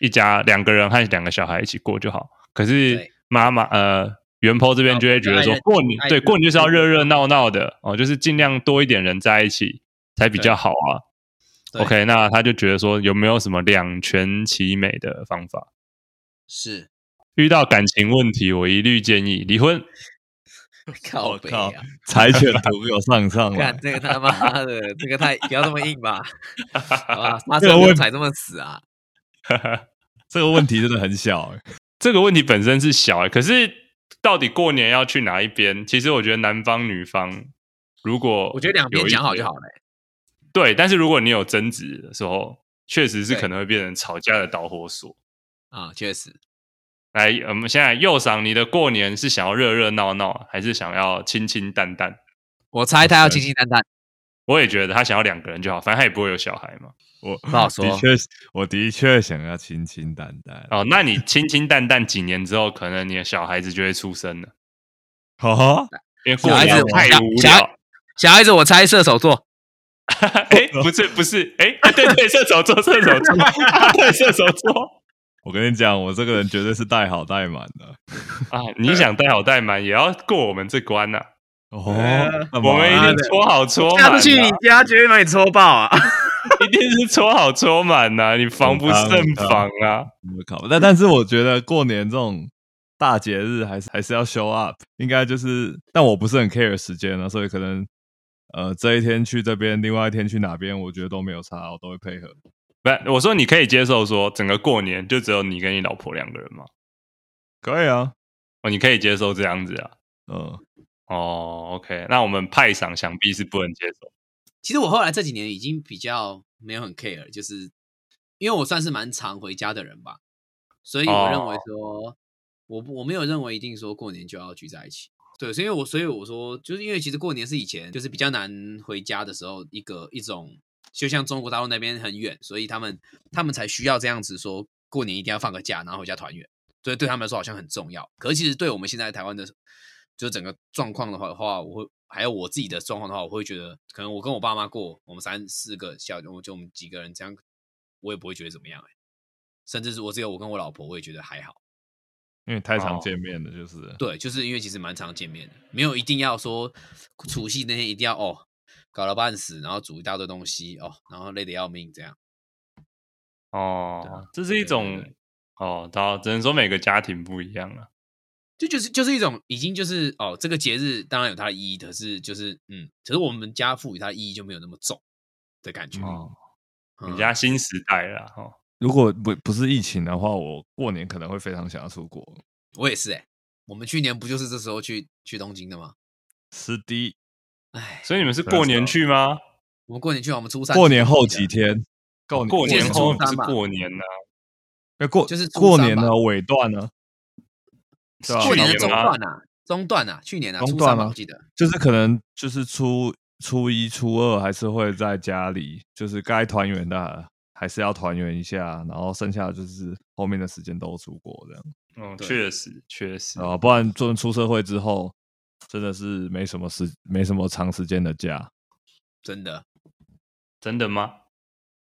一家两个人和两个小孩一起过就好。可是
对哦
妈妈呃，袁坡这边就会觉得说
爱热，
过年
爱
对
热
过年就是要热热闹闹的哦，就是尽量多一点人在一起才比较好啊。
对
OK，那她就觉得说，有没有什么两全其美的方法？
是
遇到感情问题，我一律建议离婚。
靠北
靠
啊！
柴犬图给我上上来
看，这个他妈的，这个太不要这么硬吧！ 啊，妈这
这
个
个
不
问
用踩这么死啊！
这个问题真的很小、欸，
这个问题本身是小、欸，可是到底过年要去哪一边？其实我觉得男方女方，如果
哦
我觉得两边
有一
讲好就好了欸、
对，但是如果你有争执的时候，确实是
对
可能会变成吵架的导火索。
啊，确实
来，我们现在右赏你的过年是想要热热闹闹，还是想要清清淡淡？
我猜他要
对
清清淡淡，
我也觉得他想要两个人就好，反正他也不会有小孩嘛。
我
不好说
的确，我的确想要清清淡淡。
哦，那你清清淡淡几年之后，可能你的小孩子就会出生了，
哦，
因为过
小孩
年
子
太
小
无
小孩
聊。
小孩子，我猜射手座，
哎，不是不是，哎，对对，射手座，射手座， 对射手座
我跟你讲，我这个人绝对是带好带满的。
啊！你想带好带满，也要过我们这关呐、
哦
呃，
干
哎
嘛
我们一定搓好搓满、啊，
家绝对把你戳爆啊！
一定是搓好搓满呐、你防不胜防啊！
我靠！但但是我觉得过年这种大节日还是还是要 show up，应该就是，但我不是很 care 时间啊，所以可能呃这一天去这边，另外一天去哪边，我觉得都没有差，我都会配合。
不，我说你可以接受说整个过年就只有你跟你老婆两个人吗？
可以啊，
哦，你可以接受这样子啊？
嗯，
哦，OK，那我们派赏想必是不能接受。
其实我后来这几年已经比较没有很 care，就是因为我算是蛮常回家的人吧，所以我认为说，我不我没有认为一定说过年就要聚在一起。对，所以我所以我说，就是因为其实过年是以前就是比较难回家的时候，一个一种，就像中国大陆那边很远，所以他们他们才需要这样子说，过年一定要放个假，然后回家团圆。所以对他们来说好像很重要。可是其实对我们现在台湾的，就是整个状况的话的话，我会还有我自己的状况的话，我会觉得可能我跟我爸妈过，我们三四个小，我就我们几个人这样，我也不会觉得怎么样、欸、甚至是我只有我跟我老婆，我也觉得还好。
因为太常
哦
见面了，就是、
对，就是因为其实蛮常见面的，没有一定要说除夕那天一定要哦搞了半死，然后煮一大堆东西哦，然后累得要命这样。对
哦
啊，
这是一
对对
种
对
哦，到只能说每个家庭不一样啊。
这就是就是一种已经就是哦，这个节日当然有它的意义，可是就是嗯，可是我们家赋予它的意义就没有那么重的感觉。
哦，
嗯
你家新时代了哈、哦，
如果不不是疫情的话，我过年可能会非常想要出国。
我也是哎、我们去年不就是这时候去去东京的吗？
是的，
哎，
所以你们是
对啊
过年去吗？
我们过年去，我们初三
过
去
年
东
后
京
几
的
天，过
过
哦年
年
是
后
初
不是
三吧
过年呐、啊，
要过
就是初
过
三
年
吧
的尾段呢、对啊
过年
去
的中
年吗
段啊，中段啊，去年啊，
中
初
段
三吧
吗
我记得
就是可能就是初初一、初二还是会在家里，就是该团圆的啊还是要团圆一下，然后剩下的就是后面的时间都出国这样
嗯，
对
确实确实
啊，不然做出社会之后真的是没什么时没什么长时间的假，
真的
真的吗？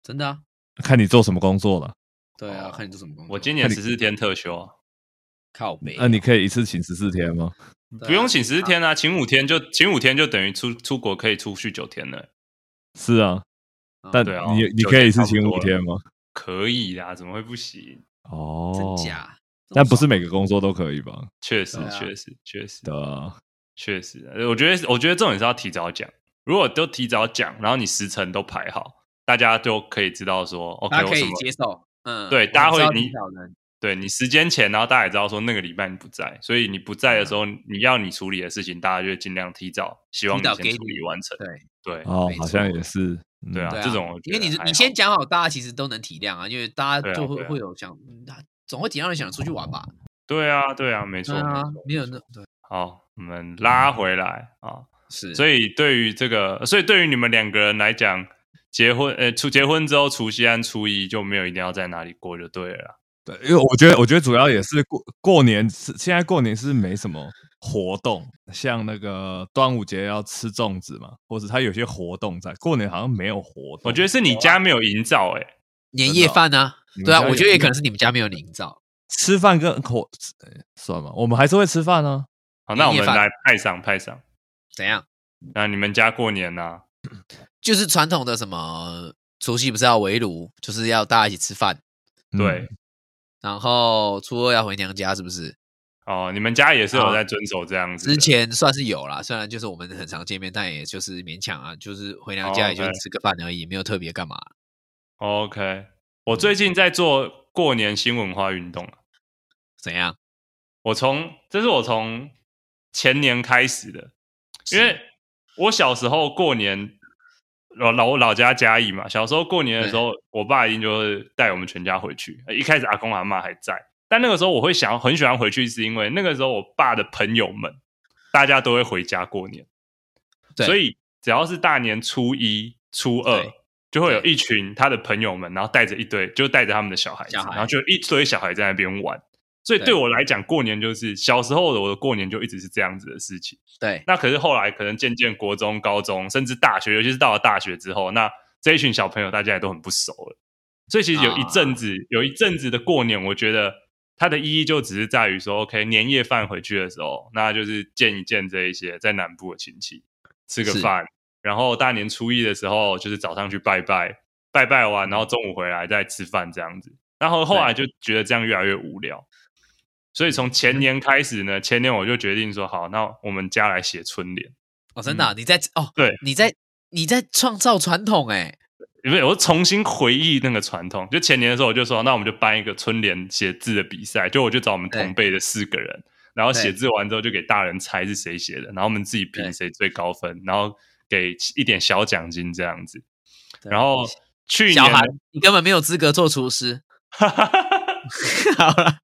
真的啊，
看你做什么工作了。
对啊，
哦
看你做什么工作。
我今年
那你
十四天特休、啊，
靠北
那、你可以一次请十四天吗？
对啊
不用请十四天啊，请五天就请五天就等于出出国可以出去九天了，
是啊，
啊
但
对啊
你、你
九
可以
天
一次
差不
请
多
五
了
天吗？
可以啦，怎么会不行？
哦，
真？假？这么
但不是
爽
每个工作都可以吧？
确实
对啊
确实确实
对啊，
确实，呃我觉得我觉得这种也是要提早讲，如果都提早讲，然后你时辰都排好，大家都可以知道说
大家
，OK，我
可
什
以
么
接受，嗯，
对
我
大家
知
会
道
你
挺少人
对你时间前，然后大家也知道说那个礼拜你不在，所以你不在的时候，你要你处理的事情，大家就尽量提早，希望
嗯提早
先
给
处
你
理完成。
对。
对，
哦
没，
好像
错
也是，嗯
对啊
对啊，
这种我
因
觉
为
得
你
还
你
好
先讲好，大家其实都能体谅啊，因为大
对
家
啊
就会、
对啊
会有想，嗯总会体谅人想出去玩吧？
对啊，对啊，没错，
对啊
没错，
没有那对
好，我们拉回来啊。
是，
所以对于这个，所以对于你们两个人来讲，结婚呃，除结婚之后，除夕和初一就没有一定要在哪里过就对了啦。
对，因为我觉得，我觉得主要也是过过年是现在过年是没什么活动，像那个端午节要吃粽子嘛，或者它有些活动在过年好像没有活动。
我觉得是你
啊
家没有营造、欸，
年夜饭呢、啊
你？们
对啊，
家有
我觉得也可能是你们家没有营造。
吃饭跟活呃算吗？我们还是会吃饭啊。
好，那我
年夜
们
饭
来派上派上。
怎样？
那你们家过年呐、啊
就是传统的什么除夕不是要围炉，就是要大家一起吃饭，
嗯
对，
然后初二要回娘家，是不是？
哦，你们家也是有在遵守这样子的。
之前算是有啦，虽然就是我们很常见面，但也就是勉强啊，就是回娘
哦
家也就
对
吃个饭而已，没有特别干嘛。
OK，我最近在做过年新文化运动啊
怎样？
我从这是我从前年开始的，
是
因为我小时候过年，老老我老家嘉义嘛，小时候过年的时候，我爸一定就会带我们全家回去。呃一开始阿公阿妈还在，但那个时候我会想很喜欢回去，是因为那个时候我爸的朋友们大家都会回家过年，
对
所以只要是大年初一、初二
对。
就会有
对
一群他的朋友们，然后带着一堆，就带着他们的小孩子，
小孩
然后就一堆小孩在那边玩。所以对
对
我来讲，过年就是小时候的我的过年就一直是这样子的事情。
对
那可是后来可能渐渐国中、高中，甚至大学，尤其是到了大学之后，那这一群小朋友大家也都很不熟了。所以其实有一阵子，有一阵子的过年，我觉得它的意义就只是在于说，OK，年夜饭回去的时候，那就是见一见这一些在南部的亲戚，吃个
是
饭，然后大年初一的时候，就是早上去拜拜，拜拜完，然后中午回来再吃饭这样子。然后后来就觉得这样越来越无聊，所以从前
嗯
年开始呢，前年我就决定说，好，那我们家来写春联。
哦，真的啊、你在哦，
嗯对，
你在你在创造传统哎、
因为我重新回忆那个传统，就前年的时候我就说，那我们就办一个春联写字的比赛，就我就找我们同辈的四个人，然后写字完之后就给大人猜是谁写的，然后我们自己评
对
谁最高分，然后给一点小奖金这样子。
对
然后去
小
年
韩，你根本没有资格做厨 师。好了，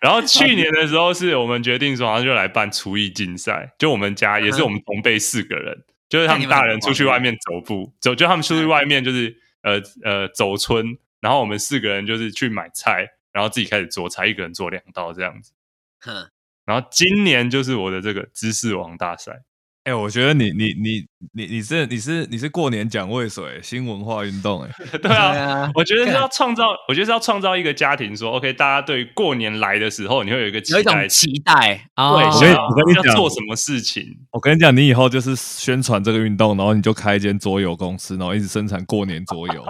然后去年的时候，是我们决定说，然后就来办厨艺竞赛，就我们家
嗯
也是我们同辈四个人，就是他们大人出去外面走步，走就他们
嗯
出去外面就是呃呃走村，然后我们四个人就是去买菜，然后自己开始做菜，一个人做两道这样子。
哼，
然后今年就是我的这个知识王大赛，
哎、我觉得你你你你你是你是你是过年讲渭水新文化运动哎、
对啊，
啊，
我觉得是要创造，我觉得是要创造一个家庭说，OK，大家对过年来的时候，你会有一个期
有一
待
种
性，
期待啊，
对，
哦
我
想
跟你
要
我跟你
要
讲
做什么事情，
我跟你讲，你以后就是宣传这个运动，然后你就开一间桌游公司，然后一直生产过年桌游。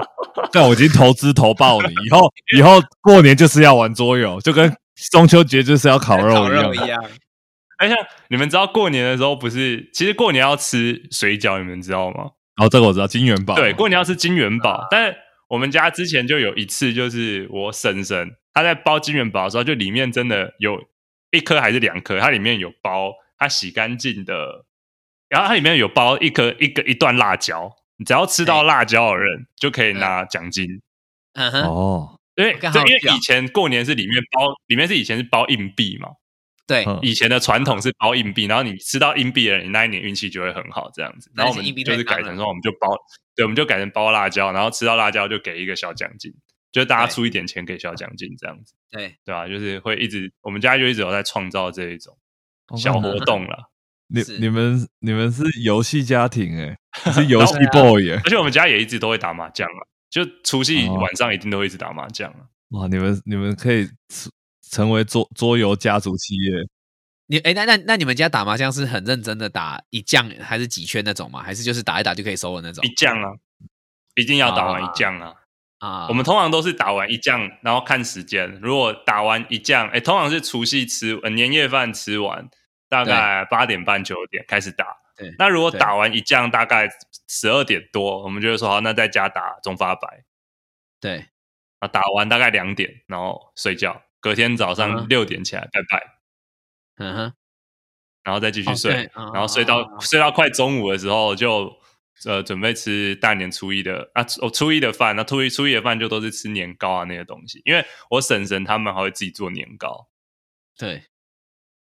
但我已经投资投爆你，以后以后过年就是要玩桌游，就跟中秋节就是要烤肉
烤
一
肉
样
一。样，
哎，像你们知道过年的时候不是，其实过年要吃水饺，你们知道吗？
然后哦这个我知道，金元宝
对，过年要吃金元宝，但是我们家之前就有一次，就是我婶婶她在包金元宝的时候，就里面真的有一颗还是两颗，它里面有包她洗干净的，然后它里面有包一颗一个一段辣椒，你只要吃到辣椒的人就可以拿奖金。
嗯哼，
哦，
因为
干
这
好
因为
笑
以前过年是里面包，里面是以前是包硬币嘛，
对，
嗯
以前的传统是包硬币，然后你吃到硬币的人，你那一年运气就会很好，这样子。
那
然
一年
后我们
硬币
就是
太高
改
了
成说，我们就包，对，我们就改成包辣椒，然后吃到辣椒就给一个小奖金，就是大家
对
出一点钱给小奖金这样子，
对，
对吧、就是会一直，我们家就一直有在创造这一种小
我看
活动啦。
哦你
是
你们你们是游戏家庭哎、你是游戏
然
boy 哎、
而且我们家也一直都会打麻将啊，就除夕
哦
晚上一定都会一直打麻将啊。
哇，你们你们可以成成为桌桌游家族企业。
你哎，那那那你们家打麻将是很认真的打一将还是几圈那种吗？还是就是打一打就可以收的那种
一将啊，一定要打完一将啊。
啊？
我们通常都是打完一酱，然后看时间。如果打完一酱，哎、通常是除夕吃，呃，年夜饭吃完，大概八点半九点开始打。
对
那如果
对
打完一酱，大概十二点多，我们就会说好，那在家打中发白
对
啊，打完大概两点，然后睡觉，隔天早
嗯
上
哼
六点起来拜拜，
嗯哼，
然后再继续
哦
睡，
对啊
然后睡到、睡到快中午的时候就。呃，准备吃大年初一的啊，初哦，初一的饭，那初一初一的饭就都是吃年糕啊那些东西，因为我婶婶他们还会自己做年糕，
对，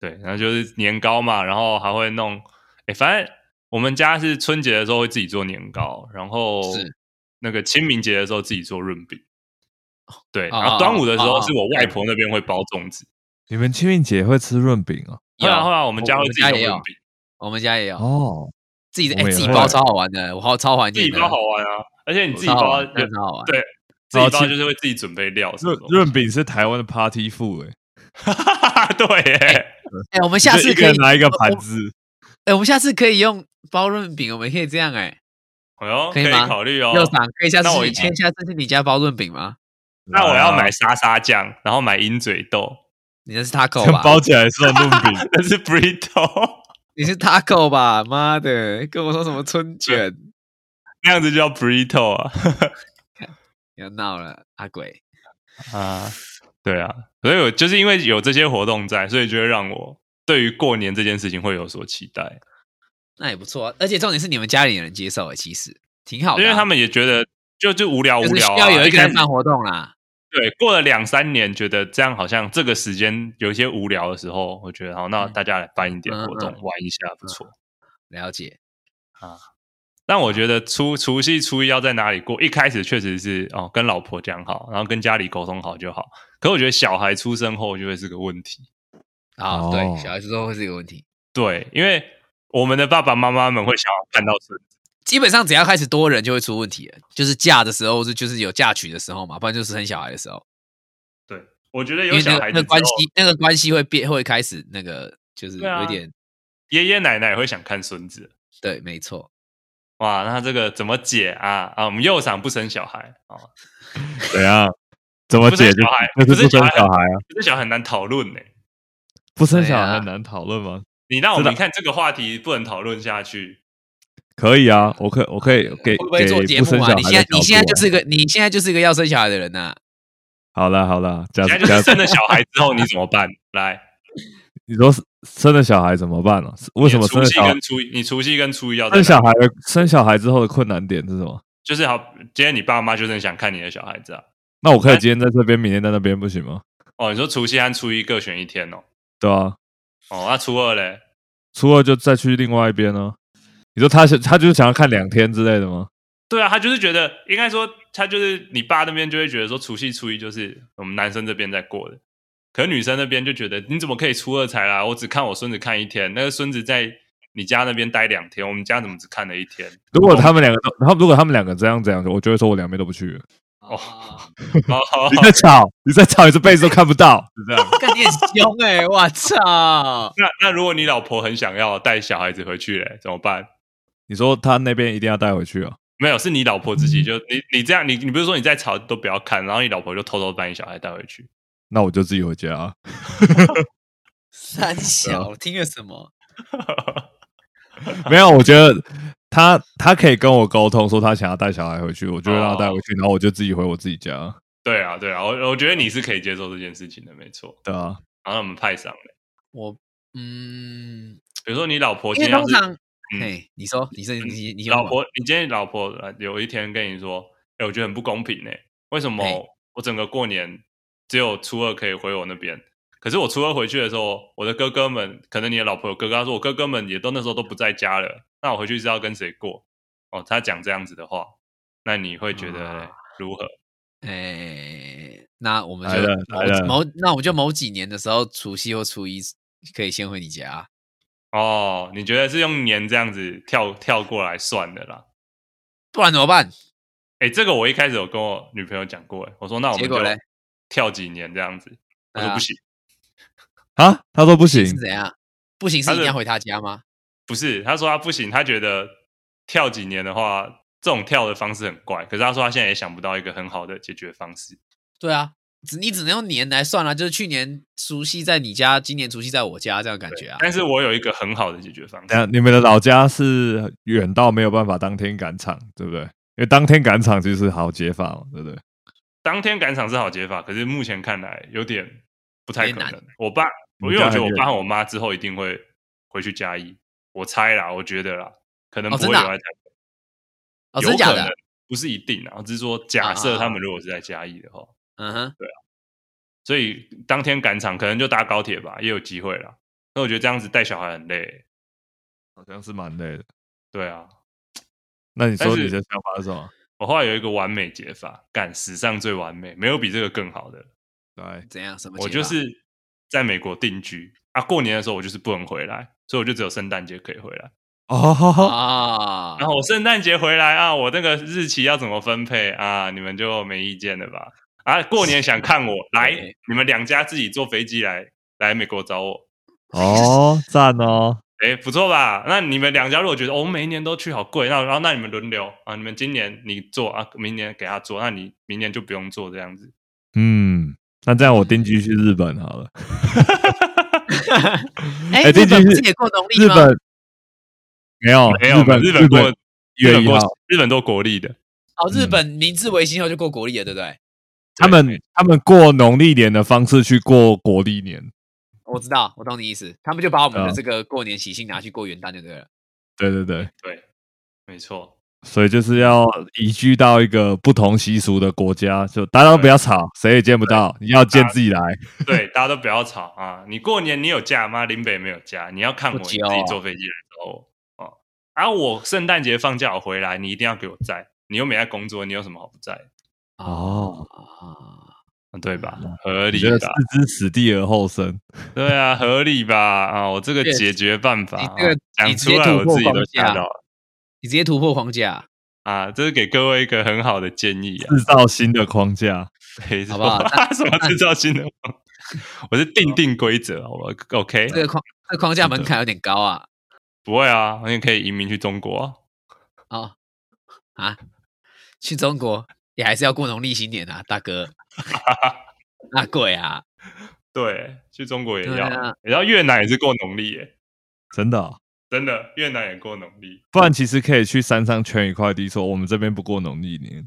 对，然后就是年糕嘛，然后还会弄，哎，反正我们家是春节的时候会自己做年糕，然后
是
那个清明节的时候自己做润饼，对，
哦
然后端午的时
哦
候
哦
是我外婆那边会包粽子，
你们清明节会吃润饼哦？
后来后
有，
来我们家
我
会
我
自己
家
弄
也有
润饼，
我们家也有
哦，
自己的，
我
哎，
们
自
也
己
会
包超好玩的，我好超怀
自
念
己
的，
包好玩啊，而且你自己
超好
包啊
玩
有
真的超好玩，
对自己
然后
包
清
哦就是会自己准备料什么
润
的，
润饼是台湾的 party food 哎、
对耶，
哎，我们下
就
次
一
可
个
以
人拿一个
我
盘子，
哎、我们下次可以用包润饼，我们可以这样哎、
哎呦，
可
可
以
以
吗
考虑哦，
右赏可以下次
那我
去，
一起
可以下次去你家包润饼吗？
那我要买沙沙酱，然后买鹰嘴豆，
你那 是 taco
这
吧？
包起来 是乱炖饼，
那是 burrito，
你是 taco 吧？妈的，跟我说什么春卷？
那样子就叫 burrito 啊
不要闹了，阿鬼。
啊，对啊，所以我就是因为有这些活动在，所以就会让我对于过年这件事情会有所期待，
那也不错、啊，而且重点是你们家里人接受哎，其实挺好的啊、
因为他们也觉得就就无聊无
就是需
聊、啊，
要有一个
开
人
始
办活动啦。
对，过了两三年，觉得这样好像这个时间有一些无聊的时候，我觉得好，那
嗯
大家来办一点活动、
嗯嗯
玩一下，不错。
了解，
但我觉得初除夕、初一要在哪里过，一开始确实是哦，跟老婆讲好，然后跟家里沟通好就好。可我觉得小孩出生后就会是个问题，
啊、
哦
对，小孩子都会是一个问题。
对，因为我们的爸爸妈妈们会想要看到孙子，
基本上只要开始多人就会出问题了，就是嫁的时候是就是有嫁娶的时候嘛，不然就是生小孩的时候，
对我觉得
因
有
为那
小
个
孩
那
子
个
之
关，
后
系那个关系会变会开始那个就是
对啊
有点
爷爷奶奶也会想看孙子，
对没错，
哇，那这个怎么解啊？啊，我们右赏不生小孩啊，
怎样？怎么
不生
解决
小孩？
就是
不
不
生
生
小孩
小孩啊，
这小孩很难讨论呢、
不生小
对啊
孩很难讨论吗？
你让我
是
们
的
看这个话题不能讨论下去，
可以啊，我可我可以给
会不会做
给
节
不
目
生小
啊？
孩
你
的
现在
角
你现在
度啊
就是一个你现在就是一个要生小孩的人呐、
好了好了，假
现在
假
就是生了小孩之后你怎么办？来，
你说生了小孩怎么办呢、哦为什么
你
生
除
了
夕
小孩
跟初一，你除夕跟初一要在
生
哪
小孩的生小孩之后的困难点是什么？
就是好，今天你爸妈就是很想看你的小孩子啊。
那我可
哎
以今天在这边，明天在那边不行吗？
哦，你说除夕和初一各选一天哦。
对啊，
哦，那初二嘞？
初二就再去另外一边呢、你说他想他就是想要看两天之类的吗？
对啊，他就是觉得，应该说他就是你爸那边就会觉得说，除夕初一就是我们男生这边在过的，可女生那边就觉得你怎么可以初二才来？啊我只看我孙子看一天，那个孙子在你家那边待两天，我们家怎么只看了一天？
如果他们两个都，他们如果他们两个这样这样，我就会说我两边都不 去了。
哦
啊，
哦，好
你在吵，你在吵，你这辈子都看不到， 是这样。
干你很凶哎、我操！
那那如果你老婆很想要带小孩子回去嘞，怎么办？
你说他那边一定要带回去啊？
没有，是你老婆
嗯
自己就你你这样，你你不是说你在吵都不要看，然后你老婆就偷偷把你小孩带回去。
那我就自己回家、啊。
三小，我听了什么？
没有，我觉得他他可以跟我沟通，说他想要带小孩回去，我就会让他带回去，然后我就自己回我自己家。
对啊，对啊，我我觉得你是可以接受这件事情的，没错。
对啊，
然后我们派上嘞，
我嗯，
比如说你老婆
因
今
为
天要
通
是
常，
嗯
嘿，你说，你
嗯
是你你
老婆，你今天老婆呃有一天跟你说，哎，我觉得很不公平呢，为什么
嘿
我整个过年只有初二可以回我那边？可是我初二回去的时候，我的哥哥们，可能你的老婆有哥哥，他说我哥哥们也都那时候都不在家了，那我回去是要跟谁过？哦，他讲这样子的话，那你会觉得
啊
如何？
哎、那我们
来了来了
就某某，那我们就某几年的时候，除夕或初一可以先回你家。啊
哦，你觉得是用年这样子跳跳过来算的啦？
不然怎么办？
哎，这个我一开始有跟我女朋友讲过，哎，我说那我
结
们
果
就
嘞
跳几年这样子，我
对
说
啊
不行，
啊，他说不行
是，怎样？不行是
他
一定
的
要回他家吗？
不是，他说他不行，他觉得跳几年的话，这种跳的方式很怪。可是他说他现在也想不到一个很好的解决方式。
对啊，只你只能用年来算啦、啊就是去年除夕在你家，今年除夕在我家，这样感觉啊。啊
但是我有一个很好的解决方
等下
式。
你们的老家是远到没有办法当天赶场，对不对？因为当天赶场就是好解法嘛，对不对？
当天赶场是好解法，可是目前看来有点不太可
有点
能。我爸，
你
因为我
家
觉得
很
我
远
爸和我妈之后一定会回去嘉义，我猜啦，我觉得啦，可能
哦
不会
真
留
的
在
啊
台北。
哦，
有
真
可
假
能
的？
不是一定啊，我只是说假
啊啊
设
啊
他们如果是在嘉义的话，
嗯哼，
所以当天赶场可能就搭高铁吧，也有机会啦。那我觉得这样子带小孩很累欸、
好像是蛮累的。
对啊，
那你说
但是
你的想法是什么？
我后来有一个完美解法，干史上最完美，没有比这个更好的了。
来，
怎样？什么解法？
我就是在美国定居啊，过年的时候我就是不能回来，所以我就只有圣诞节可以回来。
哦，
啊，
然后我圣诞节回来啊，我那个日期要怎么分配啊？你们就没意见了吧？啊，过年想看我来
对，
你们两家自己坐飞机来来美国找我，
哦，赞哦，
哎，不错吧？那你们两家如果觉得哦，每一年都去好贵，那然后那你们轮流啊，你们今年你做啊，明年给他做，那你明年就不用做这样子。
嗯，那这样我定居去日本好了。
哎、
哎
日
这
本
句
不
是
是也过农历
日
吗？
本没有，
没有，
日本
日本过日
月
本
一
过
号，
日本都国历的，
哦，日
嗯
本明治维新后就过国历了，对不对？
他们他们过农历年的方式去过国历年。
我知道，我懂你意思。他们就把我们的
嗯
这个过年习性拿去过元旦就对了。
对对对，
没错，
所以就是要移居到一个不同习俗的国家，就大家都不要吵，谁也见不到，你要见自己来。
对，大家都不要吵啊！你过年你有假吗？林北没有假，你要看我，
不
你自
急哦
啊
己坐飞机来找我啊！啊，我圣诞节放假我回来，你一定要给我在，你又没在工作，你有什么好不在？
哦
啊，
啊对吧？合
你
理
觉得
吧？
置之死地而后生，
对啊，合理吧？啊，我这个
对
解决办法
你
啊
这个
讲
你直
出
接
来，
突
我
破
自己
框
都吓
架
到了
你直接突破框架，
啊！这是给各位一个很好的建议啊，
制造新的框架。
没
好
错
不 好
什么制造新的？我是定定规则，好吧？OK，
这个框这个框架门槛有点高啊。
不会啊，你也可以移民去中国啊。
哦，
啊，去中国也还是要过农历新年啊，大哥。那贵啊，
对，去中国也
对
要，
啊
也要越南也是过农历耶，
真的哦、
真的，越南也过农历。
不然其实可以去山上圈一块地，说我们这边不过农历年，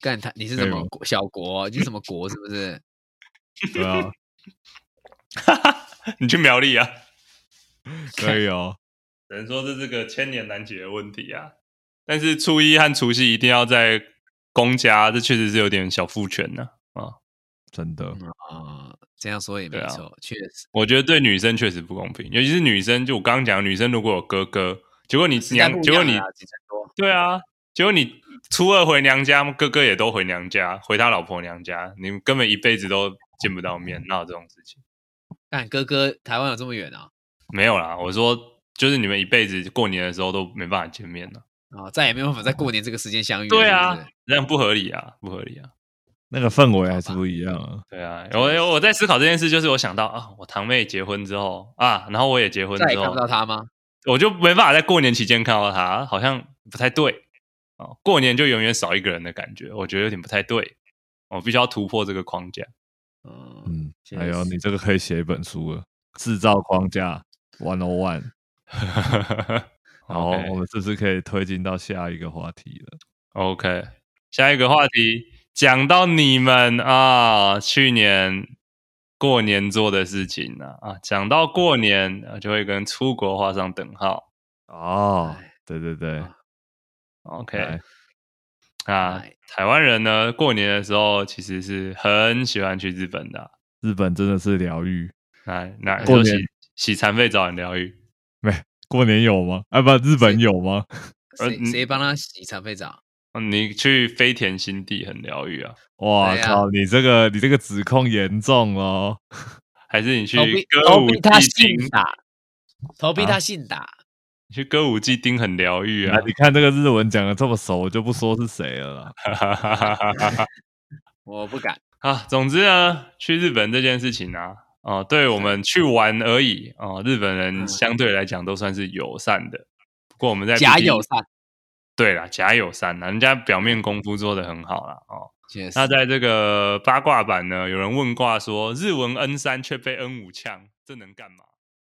干他你是
可
什
以
么
吗
国小国？你是什么国？是不是？
对啊，
你去苗栗啊？
可以哦。
只能说这是个千年难解的问题啊。但是初一和除夕一定要在公家，这确实是有点小父权呢、
真的，
啊，这样说也没
对啊
错，确实。
我觉得对女生确实不公平，尤其是女生，就我刚刚讲，女生如果有哥哥，结果你
时代
娘，
不一
结果
样
你
啊几成多
对啊，结果你初二回娘家，哥哥也都回娘家，回他老婆娘家，你们根本一辈子都见不到面，哪有这种事情？
干哥哥，台湾有这么远啊？
没有啦，我说就是你们一辈子过年的时候都没办法见面了，
啊，再也没有办法在过年这个时间相遇了。
对
是不
啊
是
这样不合理啊，不合理啊。
那个氛围还是不一样啊。
对啊，我我在思考这件事，就是我想到啊，我堂妹结婚之后啊，然后我也结婚
再也
之
看
后
不，到他吗？
我就没办法在过年期间看到她，好像不太对哦。过年就永远少一个人的感觉，我觉得有点不太对，我必须要突破这个框架。
嗯，
嗯，
确
哎呦，
实
你这个可以写一本书了，制造框架 One O One。然后
OK
我们是不是可以推进到下一个话题了？
OK，下一个话题讲到你们啊，去年过年做的事情呢啊，讲到过年、啊、就会跟出国画上等号。
哦
哎，
对对对，
OK
来
啊
哎，
台湾人呢，过年的时候其实是很喜欢去日本的啊、
日本真的是疗愈。
那那就
过年
洗洗残废早点疗愈。
过年有吗？啊，不，日本有吗？
呃
谁
嗯
谁帮他洗残废澡？
嗯你去飞田新地很疗愈啊，
哇
对啊
靠！你这个你这个指控严重哦。
还是你去
投币
歌
投
舞
币他
伎
信
町？
打，投币
啊
他信打，
你去歌舞伎町很疗
嗯
愈啊
啊，！你看这个日文讲的这么熟，我就不说是谁了啦。
我不敢。
啊，总之呢，去日本这件事情啊，哦、对我们去玩而已哦、日本人
嗯
相对来讲都算是友善的，不过我们在
假
BD
友善，
对啦，假友善啦，人家表面功夫做得很好啦哦。
确实
那在这个八卦版呢，有人问卦说日文 N 三却被 N 五呛，这能干嘛？